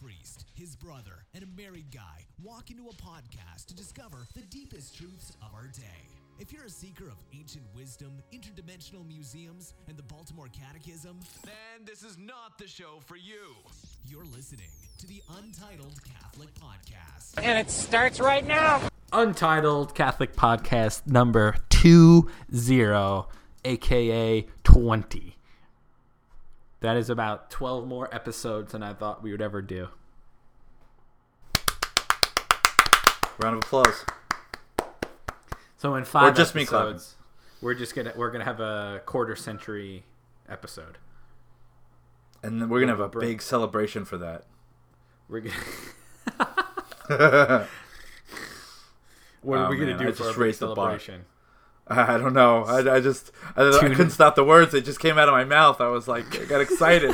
priest, his brother, and a married guy walk into a podcast to discover the deepest truths of our day. If you're a seeker of ancient wisdom, interdimensional museums, and the Baltimore Catechism, then this is not the show for you. You're listening to the Untitled Catholic Podcast. And it starts right now. Untitled Catholic Podcast number 20, aka 20. That is about 12 more episodes than I thought we would ever do. Round of applause. So in 5 Or just me clapping. episodes, we're just going to we're going to have a quarter century episode. And then we're gonna have a big celebration for that. We're gonna What are Oh, we going man, to do I for just our big raised the bar. celebration? I don't know. I, I just I, I couldn't stop the words. It just came out of my mouth. I was like, I got excited.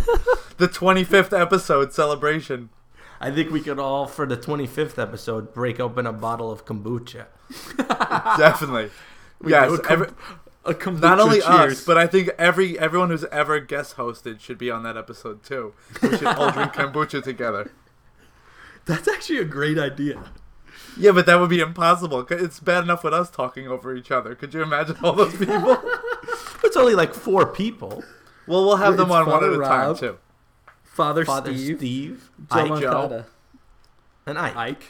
the 25th episode celebration. I think we could all, for the 25th episode, break open a bottle of kombucha. Definitely. yes. do a com- every- A kombucha not only cheers. us, but I think every everyone who's ever guest hosted should be on that episode too. We should all drink kombucha together. that's actually a great idea. Yeah, but that would be impossible. 'cause It's bad enough with us talking over each other. Could you imagine all those people? It's only like four people. well, we'll have them It's on one at Father a time Rob. too. Father, Father Steve, Steve, Joe Ike, Joe. Moncada. and Ike. Ike,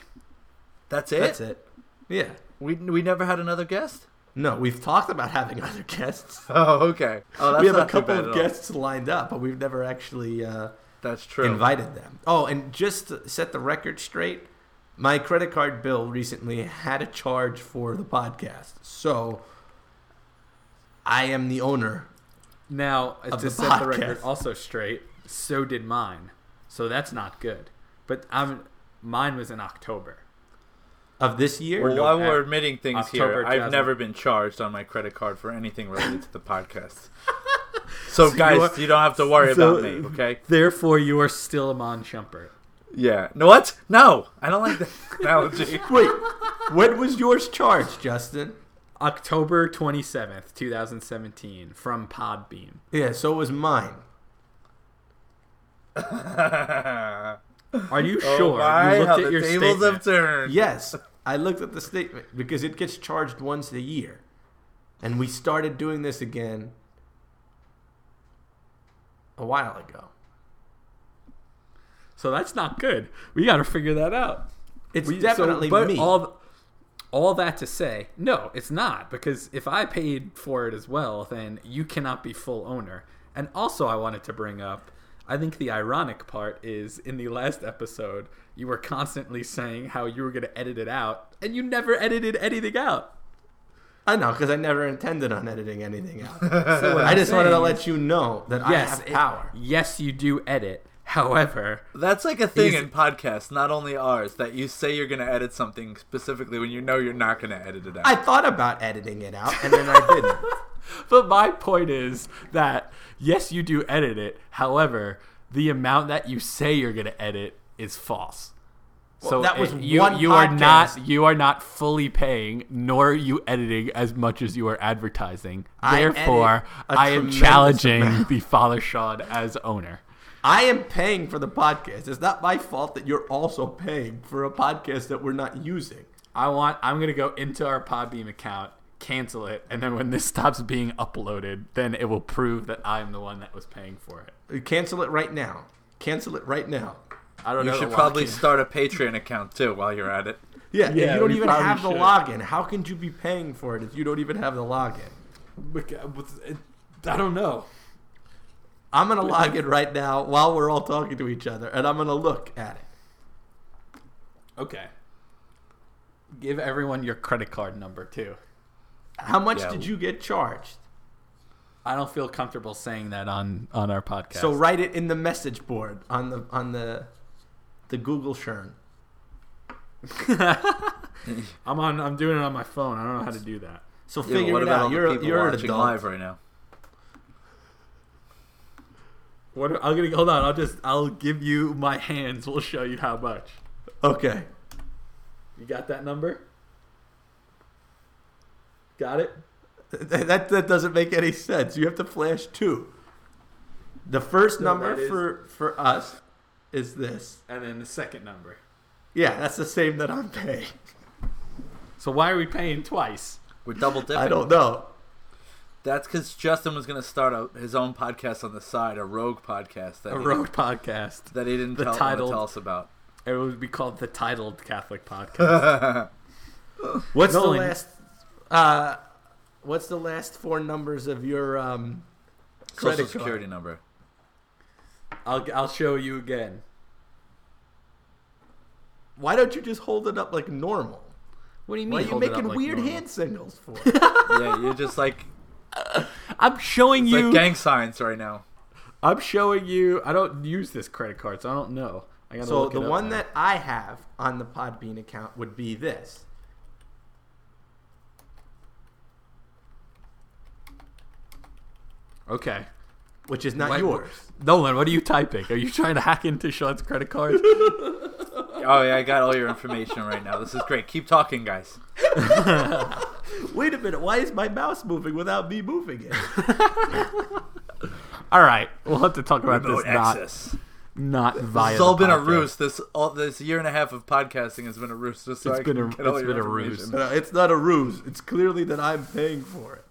That's That's it. Yeah. We we never had another guest. No, we've talked about having other guests. Oh, okay. Oh, that's we have a not too couple bad of at all. guests lined up, but we've never actually uh, That's true. invited them. Oh, and just to set the record straight, my credit card bill recently had a charge for the podcast. So I am the owner Now, Of to the set the record podcast. also straight, so did mine. So that's not good. But I'm, mine was in October. of this year. Well, no while we're app. admitting things October here, I've Jasmine. never been charged on my credit card for anything related to the podcast. So, guys, you, don't have to worry so- about me, okay? Therefore, you are still Amon Shumpert. Yeah. No, what? No, I don't like that analogy. Wait, when was yours charged, Justin? October 27th, 2017, from Podbeam. Yeah, so it was mine. Are you Oh sure? my, you how looked the at your tables statement. have turned. Yes, I looked at the statement because it gets charged once a year. And we started doing this again a while ago. so that's not good. We got to figure that out. It's We- so- definitely but me. All, all that to say, no, it's not because if I paid for it as well, then you cannot be full owner. And also, I wanted to bring up. I think the ironic part is in the last episode, you were constantly saying how you were going to edit it out, and you never edited anything out. I know, because I never intended on editing anything out. So what I I'm just wanted to saying let you know that I yes, have it- power. yes, you do edit. However, That's like a thing He's- in podcasts, not only ours, that you say you're going to edit something specifically when you know you're not going to edit it out. I thought about editing it out, and then I didn't. but my point is that yes, you do edit it. However, the amount that you say you're going to edit is false. so that was it- you, one you are not podcast. you are not fully paying, nor are you editing as much as you are advertising. I edit Therefore, a I am tremendous challenging the Father Sean as owner. I am paying for the podcast. It's not my fault that you're also paying for a podcast that we're not using. I want. I'm gonna go into our Podbeam account, cancel it, and then when this stops being uploaded, then it will prove that I'm the one that was paying for it. Cancel it right now. Cancel it right now. I don't you know. should the probably login. start a Patreon account too while you're at it. Yeah, Yeah, if you don't we even probably have the should. login. How can you be paying for it if you don't even have the login? uh, I don't know. I'm gonna log in right now while we're all talking to each other, and I'm gonna look at it. Okay. Give everyone your credit card number too. How much Yeah. did you get charged? I don't feel comfortable saying that on on our podcast. So write it in the message board on the on the the Google Shern. I'm on. I'm doing it on my phone. I don't know how to do that. So Yeah, but figure what it about all out. the You're people you're an watching adult. live right now? What? I'm gonna hold on. I'll just. I'll give you my hands. We'll show you how much. Okay. You got that number? Got it. That that doesn't make any sense. You have to flash two. The first number that is- for for us is this. and then the second number. Yeah, that's the same that I'm paying. So why are we paying twice? We're double dipping. I don't know. That's because Justin was going to start a, his own podcast on the side, a rogue podcast that, A he, road podcast. that he didn't The tell, wanna titled- tell us about. It would be called the titled Catholic podcast. What's What's the the link? last? Uh, what's the last four numbers of your um? Social Credit card. security number. I'll I'll show you again. Why don't you just hold it up like normal? What do you mean? Why are you hold it up making like weird normal? hand signals for? Yeah, you're just like I'm showing you. like gang signs right now. I'm showing you. I don't use this credit card, so I don't know. I gotta so look the it up one now. that I have on the Podbean account would be this. okay. Which is not Wait, yours. Nolan, what are you typing? Are you trying to hack into Sean's credit card? Oh yeah, I got all your information right now. This is great. Keep talking, guys. Wait a minute, why is my mouse moving without me moving it? All right, we'll have to talk about Remote this. access. Not not via. It's all the been a podcast. ruse. This all this year and a half of podcasting has been a ruse. Just so It's I been can a- get all it's your been a ruse. information. No, it's not a ruse. It's clearly that I'm paying for it.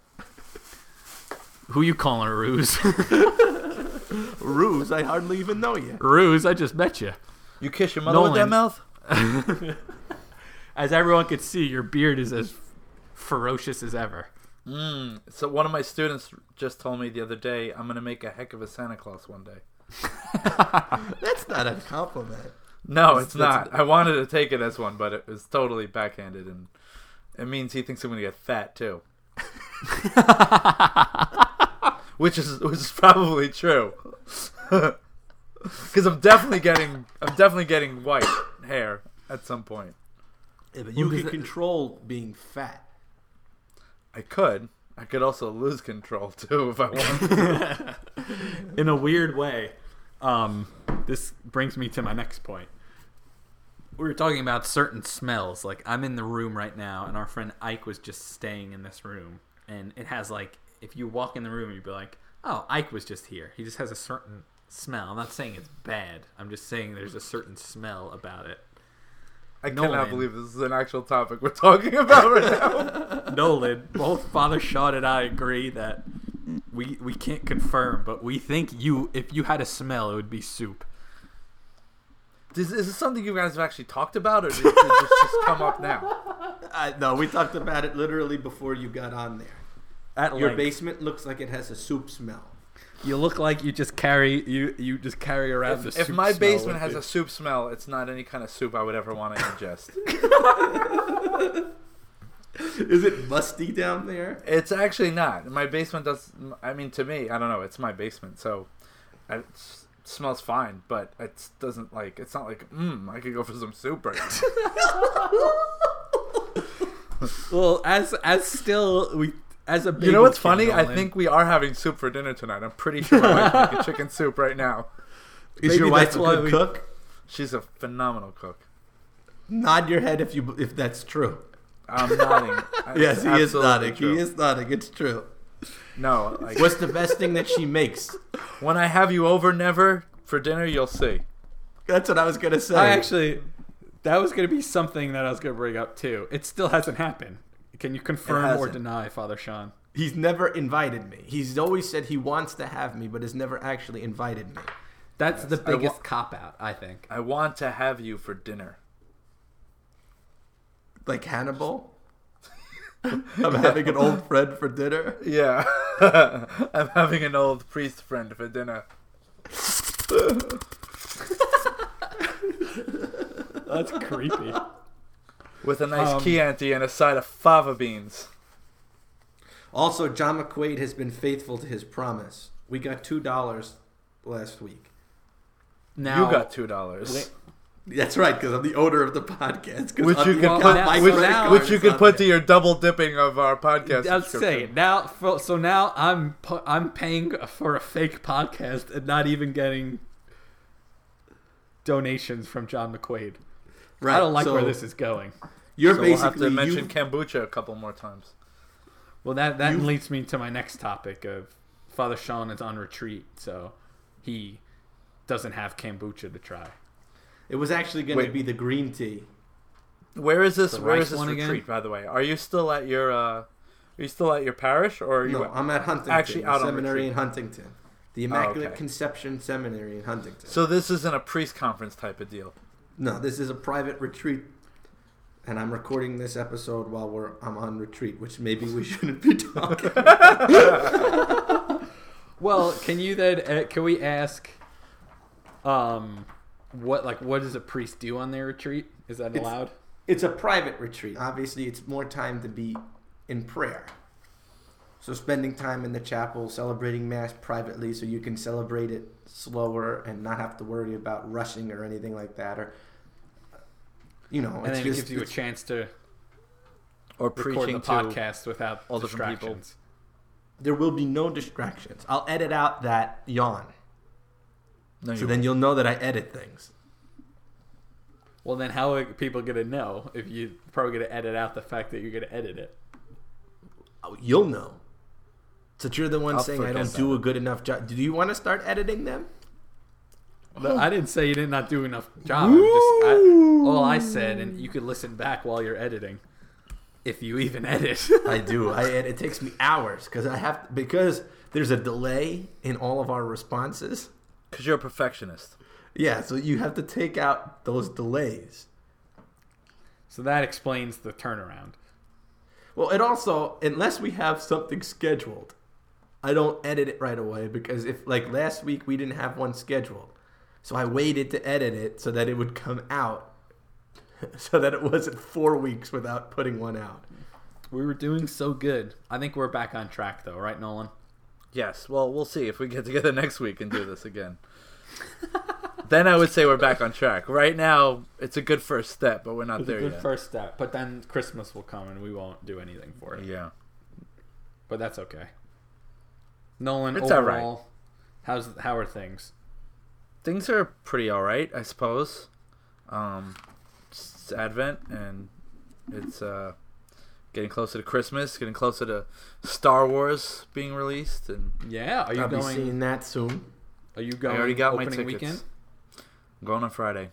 Who you calling a ruse? Ruse, I hardly even know you. ruse? I just met you. You kiss your mother with that Nolan. mouth? As everyone could see, your beard is as ferocious as ever. So one of my students just told me the other day, I'm gonna make a heck of a Santa Claus one day. That's not a compliment. No, it's not. I wanted to take it as one, but it was totally backhanded, and it means he thinks I'm going to get fat too, which is which is probably true. Because I'm definitely getting I'm definitely getting white hair at some point. Yeah, but you can control being fat. I could. I could also lose control too if I want. in a weird way, um, this brings me to my next point. We were talking about certain smells. Like I'm in the room right now, and our friend Ike was just staying in this room, and it has like if you walk in the room, you'd be like, "Oh, Ike was just here. He just has a certain smell." I'm not saying it's bad. I'm just saying there's a certain smell about it. I Nolan. cannot believe this is an actual topic we're talking about right now. Nolan, both Father Sean and I agree that we we can't confirm, but we think you if you had a smell, it would be soup. Is, is this something you guys have actually talked about, or did, did this just come up now? Uh, no, we talked about it literally before you got on there. At Your length. basement looks like it has a soup smell. You look like you just carry you you just carry around the. If soup my smell basement with has you. a soup smell, it's not any kind of soup I would ever want to ingest. Is it musty down there? it's actually not. My basement does. I mean, to me, I don't know. It's my basement, so it s- smells fine. But it doesn't like. It's not like. Mmm. I could go for some soup right now. well, as as still we as a you know bagel what's funny? kid, I Nolan, think we are having soup for dinner tonight. I'm pretty sure my wife's making chicken soup right now. Is Maybe your wife that's a why good we- cook? She's a phenomenal cook. Nod your head if you if that's true. I'm nodding. Yes, It's he is absolutely nodding. true. He is nodding. It's true. No, like, What's the best thing that she makes? when I have you over, never for dinner, you'll see. That's what I was gonna say. I actually that was going to be something that I was going to bring up too. It still hasn't happened. Can you confirm or hasn't. deny, Father Sean? He's never invited me. He's always said he wants to have me, but has never actually invited me. That's the I wa- biggest cop out, I think. I want to have you for dinner. Like Hannibal. I'm having an old friend for dinner. Yeah. I'm having an old priest friend for dinner. That's creepy. With a nice Um, Chianti and a side of fava beans. Also, John McQuaid has been faithful to his promise. We got two dollars last week. Now you got two dollars, That's right, because I'm the owner of the podcast. 'cause which I'm you the can account- put, now- which, credit card which you is can on put there. to your double dipping of our podcast. I'm subscription. saying now, for, so now I'm pu- I'm paying for a fake podcast and not even getting donations from John McQuaid. Right, I don't like so where this is going. You're So we'll have basically to mention you, kombucha a couple more times. Well, that that You've- leads me to my next topic of Father Sean is on retreat, so he doesn't have kombucha to try. It was actually going to Wait. be the green tea. Where is this? The Where rice is this one retreat? again? By the way, are you still at your? Uh, are you still at your parish, or are you? No, I'm at Huntington. Actually, the out on seminary retreat. in Huntington, the Immaculate okay. Conception Seminary in Huntington. so this isn't a priest conference type of deal. No, this is a private retreat, and I'm recording this episode while we're I'm on retreat, which maybe we shouldn't be talking. Well, can you then? Uh, can we ask? Um, what like what does a priest do on their retreat? Is that allowed? it's a private retreat. Obviously, it's more time to be in prayer. So spending time in the chapel, celebrating mass privately, so you can celebrate it slower and not have to worry about rushing or anything like that, or you know, And it's then just, it gives you a it's- chance to Or record preaching the to podcast without all different people. distractions. there will be no distractions. I'll edit out that yawn, No, so you- then you'll know that I edit things. Well, then how are people gonna know if you probably gonna edit out the fact that you're gonna edit it? You'll know. Since you're the one I'll saying I forget don't do a good enough job, do you want to start editing them? No, I didn't say you did not do enough job. I'm just, I, all I said, and you could listen back while you're editing, if you even edit. I do. I it, it takes me hours because I have because there's a delay in all of our responses. Because you're a perfectionist. Yeah, so you have to take out those delays. so that explains the turnaround. Well, it also unless we have something scheduled, I don't edit it right away because if like last week we didn't have one scheduled, so I waited to edit it so that it would come out, so that it wasn't four weeks without putting one out. We were doing so good. I think we're back on track, though, right, Nolan? Yes. Well, we'll see if we get together next week and do this again. then I would say we're back on track. Right now, it's a good first step, but we're not there Good yet. first step. But then Christmas will come and we won't do anything for it. yeah. But that's okay. Nolan, It's all right. overall, how's how are things? Things are pretty all right, I suppose. Um, it's Advent and it's uh, getting closer to Christmas, getting closer to Star Wars being released, and Yeah, are you I'll be going? seeing that soon. Are you going? already got my opening tickets. weekend. I'm going on Friday.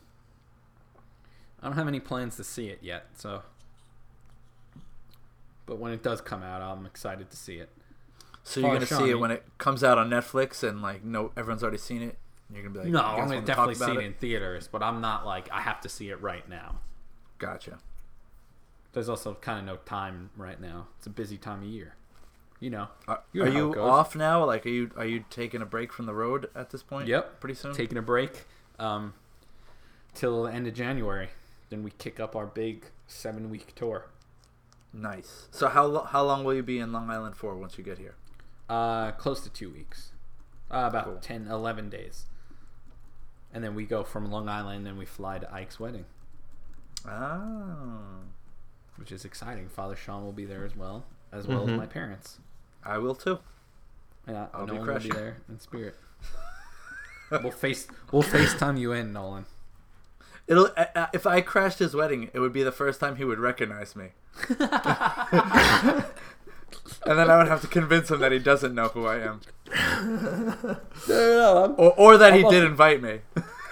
I don't have any plans to see it yet, so. But when it does come out, I'm excited to see it. So you're Oh, gonna see Shawnee. it when it comes out on Netflix, and like no, everyone's already seen it. You're gonna be like, No, "You guys I'm gonna wanna talk definitely see about it, in theaters, but I'm not like I have to see it right now. Gotcha. There's also kind of no time right now. It's a busy time of year, you know. Are You you, know how it goes. off now? Like, are you are you taking a break from the road at this point? Yep. Pretty soon. Taking a break, um, till the end of January, then we kick up our big seven week tour. nice. So how lo- how long will you be in Long Island for once you get here? Uh, close to two weeks. Uh, about Cool. ten, eleven 10, 11 days. And then we go from Long Island and we fly to Ike's wedding, Ah, which is exciting. Father Sean will be there as well, as well as my parents. I will too. Yeah, I'll be Nolan will be crashing. there in spirit. we'll face we'll FaceTime you in, Nolan. It'll uh, uh, if I crashed his wedding, it would be the first time he would recognize me. and then I would have to convince him that he doesn't know who I am, I'm, or or that he How about- did invite me.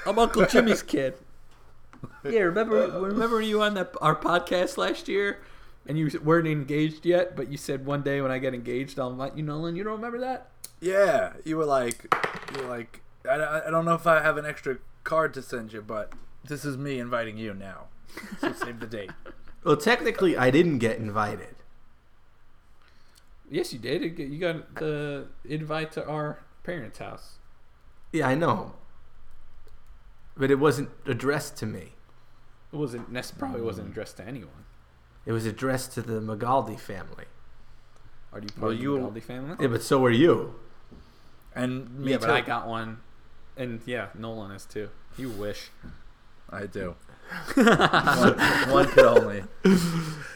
Uncle Jimmy's kid. Yeah, remember remember you on that our podcast last year, and you weren't engaged yet, but you said one day when I get engaged, I'll invite you, Nolan. You don't remember that? Yeah, you were like, you were like, I, I- I don't know if I have an extra card to send you, but this is me inviting you now. So save the date. Well, technically, I didn't get invited. Yes, you did. You got- You got the invite to our parents' house. Yeah, I know. But it wasn't addressed to me. It wasn't. That's probably wasn't addressed to anyone. It was addressed to the Magaldi family. Are you part Well, of the you- Galdi family? Yeah, but so were you. And me yeah, too. but I got one, and yeah, Nolan is too. You wish. I do. one, one could only.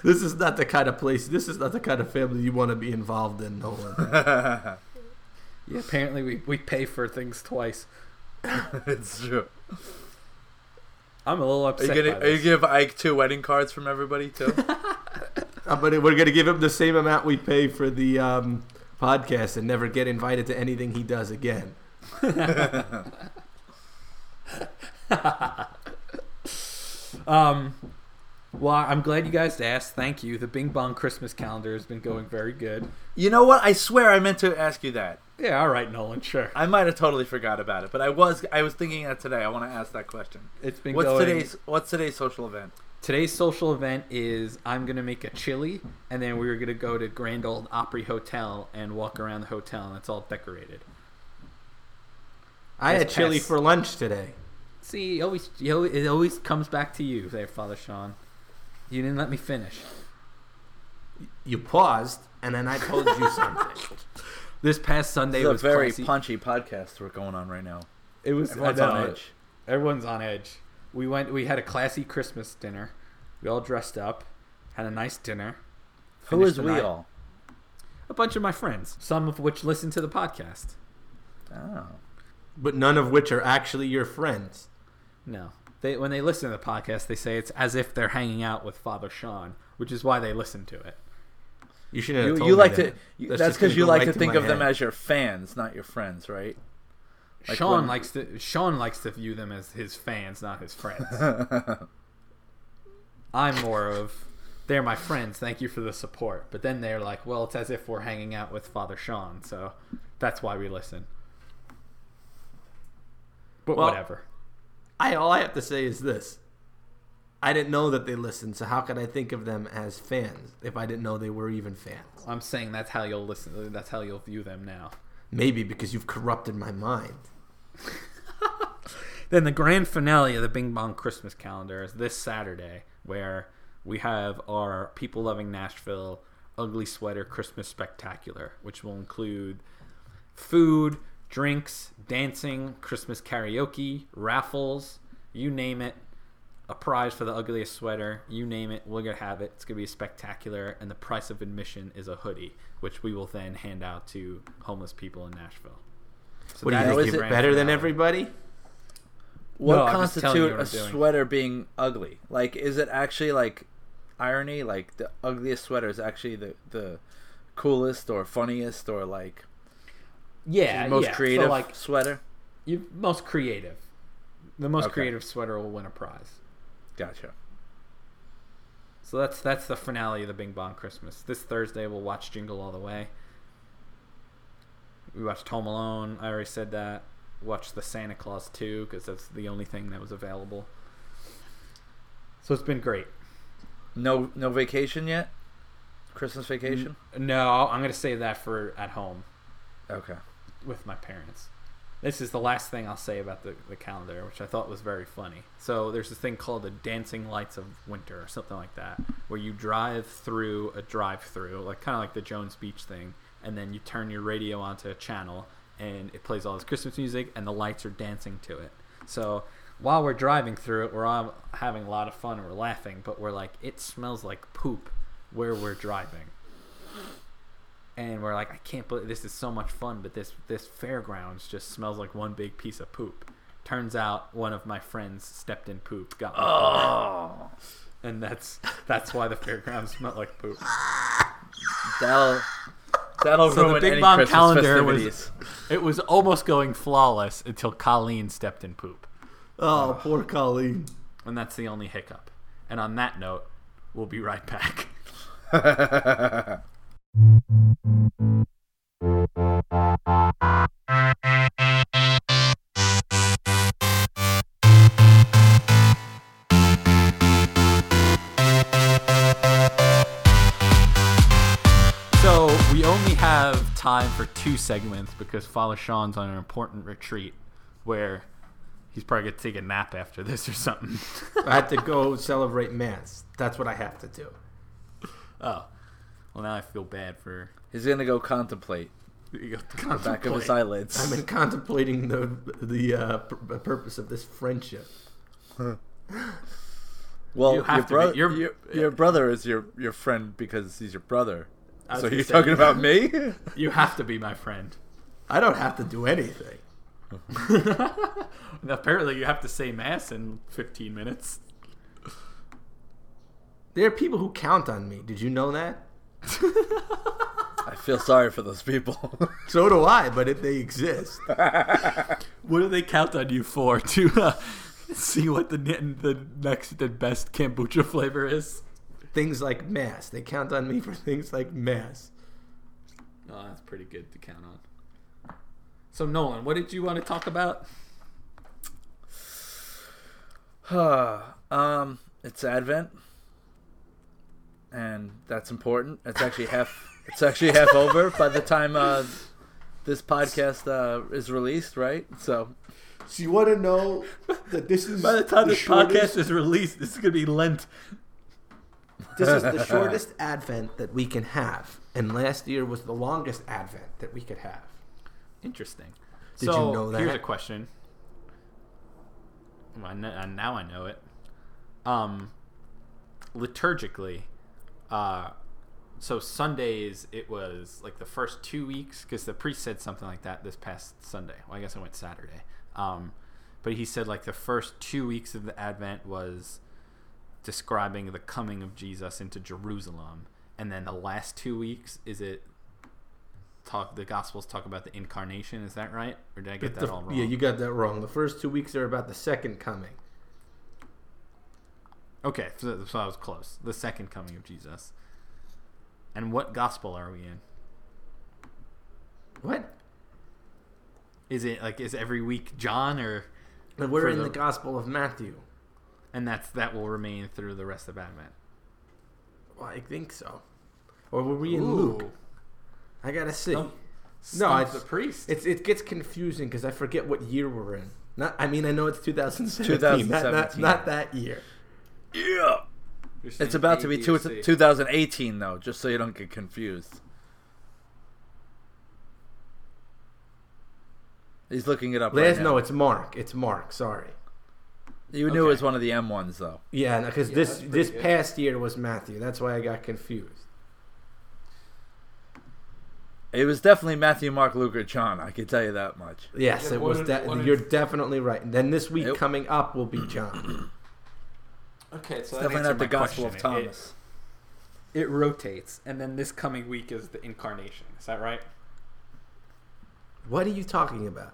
This is not the kind of place. This is not the kind of family you want to be involved in, Nolan. Yeah, apparently we, we pay for things twice. It's true. I'm a little Are you upset. gonna by are you this. give Ike two wedding cards from everybody too? Uh, but we're gonna give him the same amount we pay for the um, podcast and never get invited to anything he does again. Um, well, I'm glad you guys asked. Thank you. The Bing Bong Christmas calendar has been going very good. You know what? I swear I meant to ask you that. Yeah, all right, Nolan. Sure, I might have totally forgot about it, but I was I was thinking that today. I want to ask that question. it's been What's going. today's What's today's social event? Today's social event is I'm gonna make a chili, and then we were gonna go to Grand Old Opry Hotel and walk around the hotel, and it's all decorated. I had Yes, chili pass. for lunch today. See, it always, you always it always comes back to you, there, Father Sean. You didn't let me finish. You paused, and then I told you something. This past Sunday It's a was very classy. punchy podcast we're going on right now. It was Everyone's I know. on edge. Everyone's on edge. We went. We had a classy Christmas dinner. We all dressed up, had a nice dinner. Who Finish is the we night. all? A bunch of my friends, some of which listen to the podcast. Oh, but none of which are actually your friends. No, they when they listen to the podcast, they say it's as if they're hanging out with Father Sean, which is why they listen to it. You should have you, told you me like that. to. You, That's that's just gonna because you go like right to to think my of them head. as your fans, not your friends, right? Like Sean when- likes to Sean likes to view them as his fans, not his friends. I'm more of they're my friends. Thank you for the support. But then they're like, well, it's as if we're hanging out with Father Sean, so that's why we listen. But Well- whatever. I all I have to say is this. I didn't know that they listened, so how could I think of them as fans if I didn't know they were even fans? I'm saying that's how you'll listen. That's how you'll view them now. Maybe because you've corrupted my mind. Then the grand finale of the Bing Bong Christmas calendar is this Saturday, where we have our People Loving Nashville Ugly Sweater Christmas Spectacular, which will include food, drinks, dancing, Christmas karaoke, raffles, you name it. A prize for the ugliest sweater, you name it, we're gonna have it. It's gonna be spectacular, and the price of admission is a hoodie, which we will then hand out to homeless people in Nashville. So What do you that think? the Is it grand better than finale. everybody? What No, I'm just telling you what constitute a I'm doing. sweater being ugly? Like, is it actually like irony? Like the ugliest sweater is actually the the coolest or funniest or like Yeah, most Uh, yeah. creative So like sweater. you most creative. The most Okay. creative sweater will win a prize. Gotcha. So that's that's the finale of the Bing Bong Christmas. This Thursday we'll watch Jingle All the Way. We watched Home Alone. I already said that. Watched the Santa Claus 2 because that's the only thing that was available. So it's been great. No, no vacation yet. Christmas vacation. No, I'm gonna save that for at home Mm. Okay. with my parents. This is the last thing I'll say about the, the calendar, which I thought was very funny. So there's this thing called the Dancing Lights of Winter or something like that, where you drive through a drive-through, like kind of like the Jones Beach thing, and then you turn your radio onto a channel and it plays all this Christmas music and the lights are dancing to it. So while we're driving through it, we're all having a lot of fun, we're laughing, but we're like, it smells like poop where we're driving and we're like, I can't believe this is so much fun, but this this fairgrounds just smells like one big piece of poop. Turns out one of my friends stepped in poop, got Oh, and that's that's why the fairgrounds smell like poop. that'll that'll So the ruin Big any Bong Christmas calendar was- festivities. It was almost going flawless until Colleen stepped in poop, Oh, poor Colleen. and that's the only hiccup. And on that note, we'll be right back. So we only have time for two segments because Father Sean's on an important retreat where he's probably gonna take a nap after this or something. I had to go celebrate mass. That's what I have to do. oh, well now I feel bad for He's gonna go contemplate the back of his eyelids. I've been contemplating the the uh, pur- purpose of this friendship. well, you have to your, bro- be- you're- your, your brother is your your friend because he's your brother. was So gonna you're say- talking about me? You have to be my friend. I don't have to do anything. And apparently, you have to say mass in 15 minutes. There are people who count on me. Did you know that? I feel sorry for those people. So do I, but if they exist. What do they count on you for to uh, see what the ne- the next the best kombucha flavor is. Things like mass. They count on me for things like mass. Oh, that's pretty good to count on. So Nolan, what did you want to talk about? um, it's Advent, and that's important. It's actually half. It's actually half over by the time uh, this podcast uh, is released, right? So So you want to know that this is By the time this shortest- podcast is released, this is gonna be Lent. This is the shortest advent that we can have, and last year was the longest advent that we could have. Interesting. Did so you know that? here's a question. Well, I kn- uh, now I know it. Um, liturgically, uh, so Sundays it was like the first two weeks because the priest said something like that this past Sunday. Well, I guess I went Saturday. Um, but he said like the first two weeks of the Advent was describing the coming of Jesus into Jerusalem, and then the last two weeks is it talk the Gospels talk about the incarnation. Is that right, or did I get that The- all wrong? Yeah, you got that wrong. The first two weeks are about the second coming. Okay, so, so I was close. The second coming of Jesus. And what gospel are we in? What? Is it like is every week John or And we're For in the- the Gospel of Matthew. and that's that will remain through the rest of Advent. Well, I think so. Or were we in Luke? I gotta see. No, No, no, it's it's- the priest. It's it gets confusing because I forget what year we're in. Not, I mean, I know it's 2017. Not, not, 2017. not that year. yeah, it's about to be two, 2018 though, just so you don't get confused. He's looking it up. Last, right now. no, it's Mark. It's Mark. Sorry. you knew it was one of the M ones though. Yeah, because this this past year was Matthew. That's why I got confused. It was definitely Matthew, Mark, Luke, or John. I can tell you that much. Yes, it was. what De- did- what you're did- definitely right. And then this week Yep. coming up will be John. Okay, so Definitely answered not the my Gospel of question. It- Thomas. it rotates and then this coming week is the incarnation. Is that right? what are you talking about?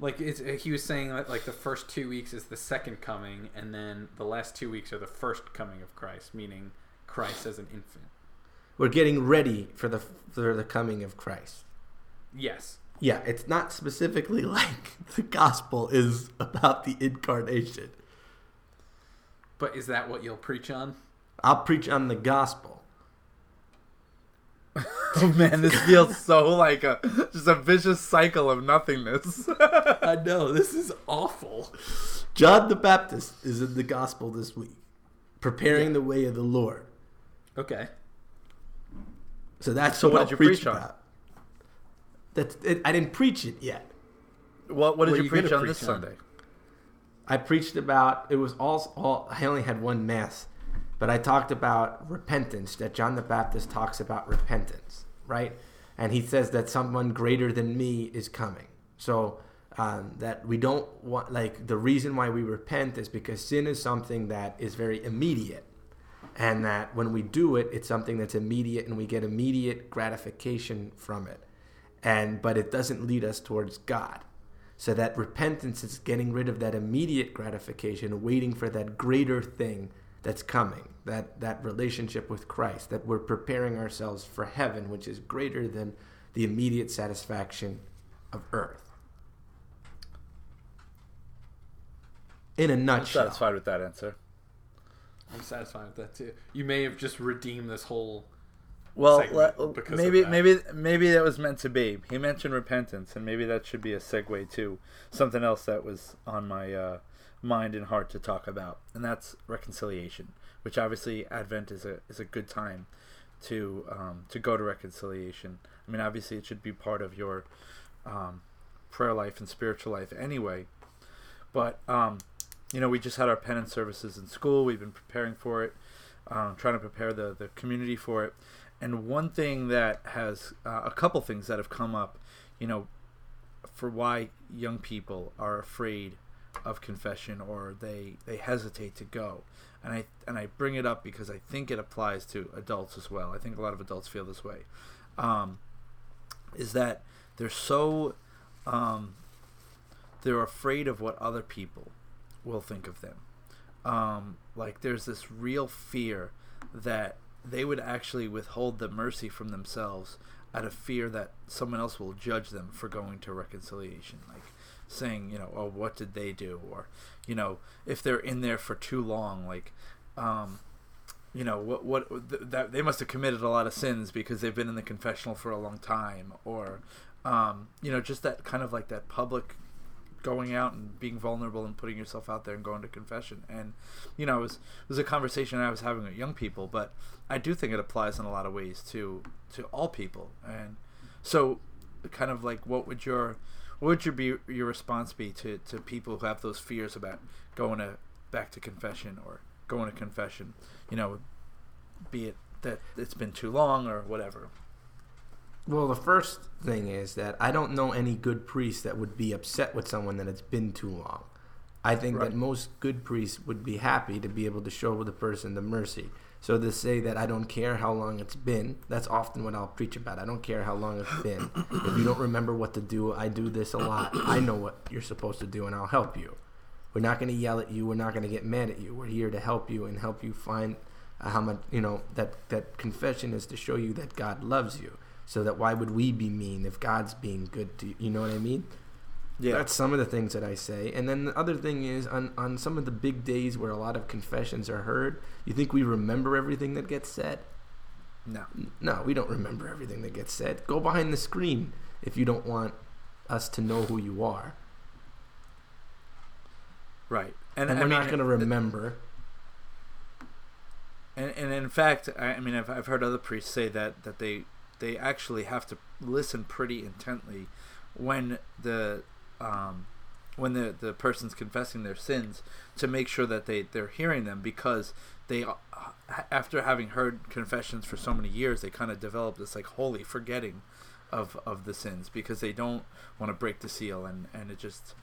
Like it's, uh, he was saying that like the first two weeks is the second coming and then the last two weeks are the first coming of Christ, meaning Christ as an infant. We're getting ready for the for the coming of Christ. Yes. Yeah, it's not specifically like the gospel is about the incarnation. But is that what you'll preach on? I'll preach on the gospel. Oh man, this feels so like a just a vicious cycle of nothingness. I know this is awful. John the Baptist is in the gospel this week, preparing the way of the Lord. Okay. So that's So what, what I'll did you preach, preach on? about. That's it, I didn't preach it yet. what what did What you, you preach gonna on this preach on? Sunday? I preached about it was all, all I only had one mass, but I talked about repentance that John the Baptist talks about repentance, right? And he says that someone greater than me is coming. So um, that we don't want like the reason why we repent is because sin is something that is very immediate, and that when we do it, it's something that's immediate and we get immediate gratification from it, and but it doesn't lead us towards God. So that repentance is getting rid of that immediate gratification, waiting for that greater thing that's coming, that, that relationship with Christ, that we're preparing ourselves for heaven, which is greater than the immediate satisfaction of earth. In a nutshell. Satisfied with that answer. I'm satisfied with that too. You may have just redeemed this whole. Well, segment let- because of maybe that. maybe maybe that was meant to be. He mentioned repentance, and maybe that should be a segue to something else that was on my uh, mind and heart to talk about, and that's reconciliation. Which obviously Advent is a is a good time to um, to go to reconciliation. I mean, obviously it should be part of your um, prayer life and spiritual life anyway. But um, you know, we just had our penance services in school. We've been preparing for it, um, trying to prepare the the community for it. And one thing that has uh, a couple things that have come up, you know, for why young people are afraid of confession or they they hesitate to go. And I and I bring it up because I think it applies to adults as well. I think a lot of adults feel this way. Um, is that they're so um, they're afraid of what other people will think of them. Um, like there's this real fear that they would actually withhold the mercy from themselves out of fear that someone else will judge them for going to reconciliation. Like saying, you know, oh, what did they do? Or, you know, if they're in there for too long, like, um, you know what what th- that they must have committed a lot of sins because they've been in the confessional for a long time or um, you know just that kind of like that public going out and being vulnerable and putting yourself out there and going to confession and you know it was it was a conversation I was having with young people but I do think it applies in a lot of ways to to all people and so kind of like what would your what would your be your response be to, to people who have those fears about going to back to confession or going to confession you know be it that it's been too long or whatever Well, the first thing is that I don't know any good priest that would be upset with someone that it's been too long. I think Right. that most good priests would be happy to be able to show the person the mercy. So to say that I don't care how long it's been, that's often what I'll preach about. I don't care how long it's been. if you don't remember what to do, I do this a lot. I know what you're supposed to do and I'll help you. We're not going to yell at you. We're not going to get mad at you. We're here to help you and help you find uh, how much you know that that confession is to show you that God loves you. So that why would we be mean if God's being good to you? You know what I mean? yeah That's some of the things that I say. And then the other thing is on, on some of the big days where a lot of confessions are heard, you think we remember everything that gets said? no No, we don't remember everything that gets said. Go behind the screen if you don't want us to know who you are. right And I we're mean, not going to remember. And, and in fact, I, I mean, I've, I've heard other priests say that, that they they actually have to listen pretty intently when the um, when the, the person's confessing their sins to make sure that they, they're hearing them because they uh, after having heard confessions for so many years they kind of develop this like holy forgetting of, of the sins because they don't want to break the seal and, and it just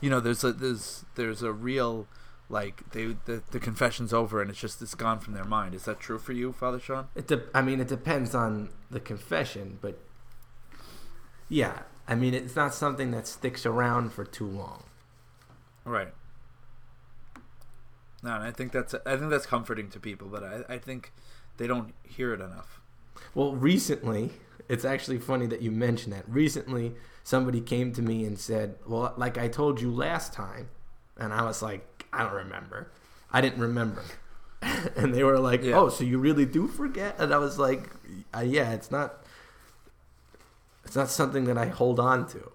you know there's a there's there's a real like they the, the confession's over and it's just it's gone from their mind is that true for you father sean It de- I mean, it depends on the confession, but yeah, I mean, it's not something that sticks around for too long. right no and i think that's i think that's comforting to people but i, I think they don't hear it enough Well, recently, it's actually funny that you mention that. Recently, somebody came to me and said, Well, like I told you last time. And I was like, I don't remember. I didn't remember. and they were like, Yeah. Oh, so you really do forget? And I was like, "Uh, Yeah, it's not. It's not something that I hold on to.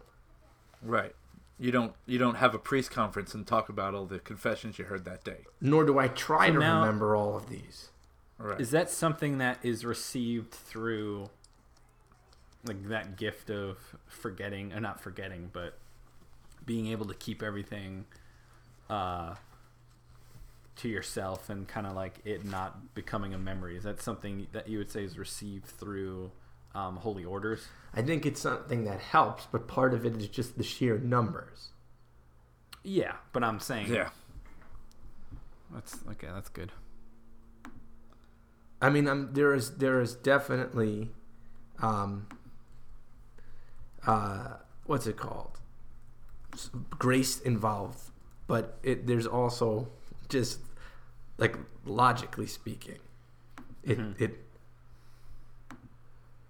right you don't you don't have a priest conference and talk about all the confessions you heard that day Nor do I try So to now- remember all of these. right Is that something that is received through like that gift of forgetting or not forgetting, but being able to keep everything uh to yourself and kind of like it not becoming a memory. Is that something that you would say is received through um, holy orders? I think it's something that helps, but part of it is just the sheer numbers. Yeah, but I'm saying yeah that's okay. That's good. I mean, um, there is there is definitely, um, uh, what's it called? S- Grace involved, but it there's also just like logically speaking, it it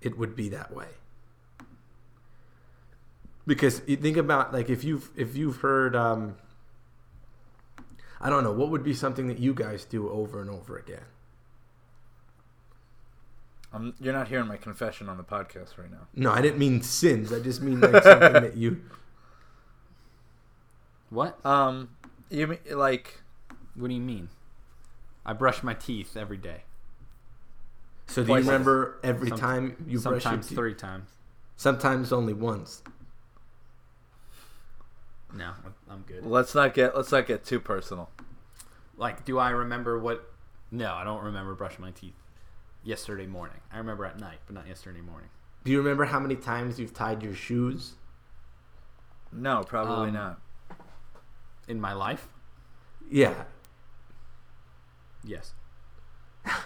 it would be that way. Because you think about like if you've if you've heard um, I don't know what would be something that you guys do over and over again. I'm, you're not hearing my confession on the podcast right now No, I didn't mean sins. I just mean like something that you. What? um you mean like What do you mean? I brush my teeth every day. So do you Twice. remember every Somet- time you brush your Sometimes teeth? three times. Sometimes only once. No, I'm- I'm good. let's not get let's not get too personal Like, do I remember what? No, I don't remember brushing my teeth yesterday morning. I remember at night, but not yesterday morning. Do you remember how many times you've tied your shoes? no probably Um, not In my life, Yeah. yes.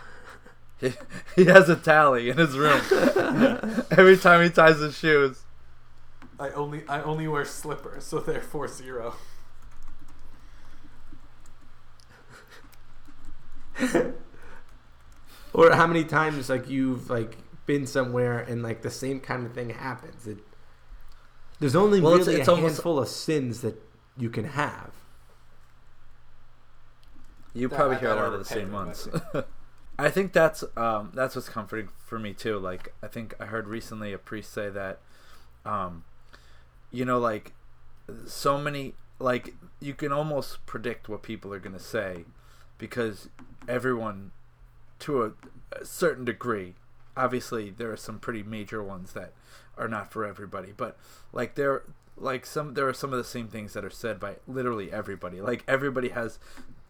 He, he has a tally in his room. Every time he ties his shoes. I only I only wear slippers, so therefore zero. Or how many times like you've like been somewhere and like the same kind of thing happens. It, there's only Well, it's- really it's a almost- handful of sins that you can have. You That- probably I hear a gotta lot of the same repent ones. of I think that's um, that's what's comforting for me too. Like I think I heard recently a priest say that, um, you know, like so many, like you can almost predict what people are gonna say, because everyone, to a, a certain degree, obviously there are some pretty major ones that are not for everybody, but like there, like some there are some of the same things that are said by literally everybody. Like everybody has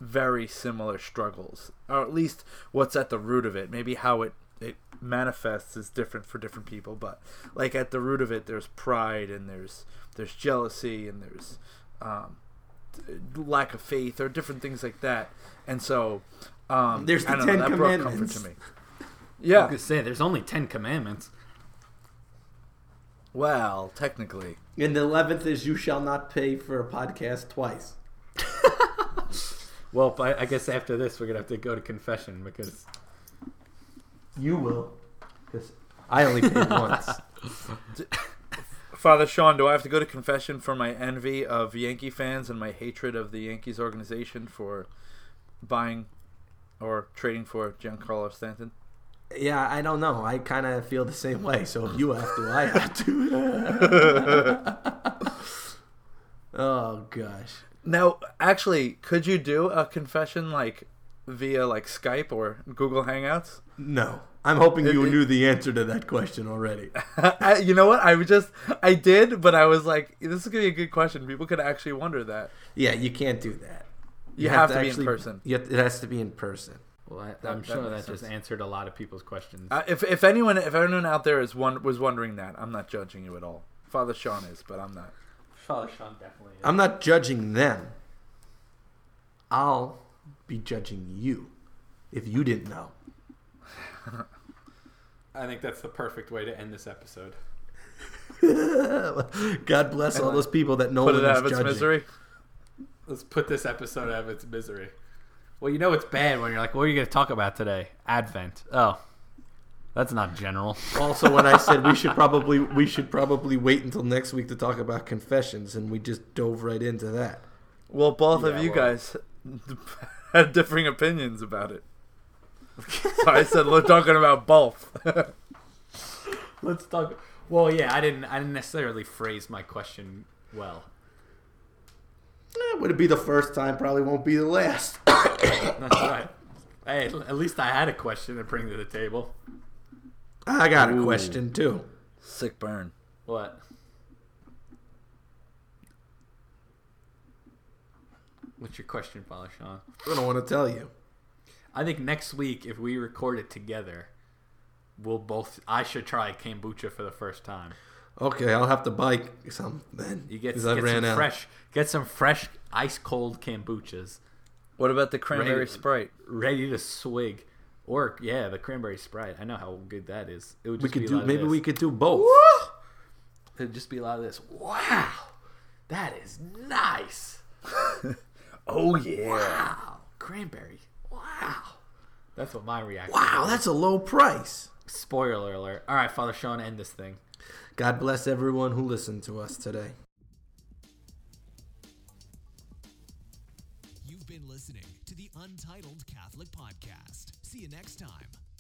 very similar struggles, or at least what's at the root of it. Maybe how it it manifests is different for different people, but like at the root of it, there's pride and there's there's jealousy and there's um, d- lack of faith or different things like that. And so um, There's the I don't Ten know, that brought comfort Commandments. to me. I was Yeah. gonna say there's only ten commandments. Well, technically, And the eleventh is you shall not pay for a podcast twice. Well, I, I guess after this we're gonna have to go to confession because You will, because I only paid once. Father Sean, do I have to go to confession for my envy of Yankee fans and my hatred of the Yankees organization for buying or trading for Giancarlo Stanton? Yeah, I don't know. I kind of feel the same way. So if you have to, I have to. oh gosh. Now, actually, could you do a confession like via like Skype or Google Hangouts? No, I'm hoping you it- knew the answer to that question already. I, you know what? I was just I did, but I was like, this is gonna be a good question. People could actually wonder that. Yeah, you can't do that. You, have, to, be in person. You have- it has to be in person. well, I, I'm that sure that, makes just sense. answered a lot of people's questions. Uh, if if anyone if anyone out there is one was wondering that, I'm not judging you at all. Father Sean is, but I'm not. Father Sean definitely. Is. I'm not judging them. I'll be judging you if you didn't know. I think that's the perfect way to end this episode. God bless all those people that know Put what it is out of its judging. misery. Let's put this episode out of its misery. Well, you know it's bad when you're like, what are you gonna talk about today? Advent. Oh, that's not general. Also, when I said we should probably we should probably wait until next week to talk about confessions, and we just dove right into that. Well, both Yeah, of you well- guys had differing opinions about it. so I said we're talking about both. Let's talk. Well, yeah, I didn't. I didn't necessarily phrase my question well. Eh, would it be the first time? Probably won't be the last. That's right. Hey, at least I had a question to bring to the table. I got a question too. Sick burn. What? What's your question, Father Sean? I don't want to tell you. I think next week, if we record it together, we'll both. I should try kombucha for the first time. Okay, I'll have to buy some then. You get, 'cause get I some ran out. fresh, get some fresh, ice cold kombuchas What about the cranberry Right. sprite? ready to swig. Or yeah, the cranberry sprite. I know how good that is. It would We just could be a do. lot of Maybe this. we could do both. It'd just be a lot of this. Wow, that is nice. Oh yeah. Wow, cranberry. Wow, that's what my reaction. Wow, that's a low price. Spoiler alert. All right, Father Sean, end this thing. God bless everyone who listened to us today. You've been listening to the Untitled Catholic Podcast. See you next time.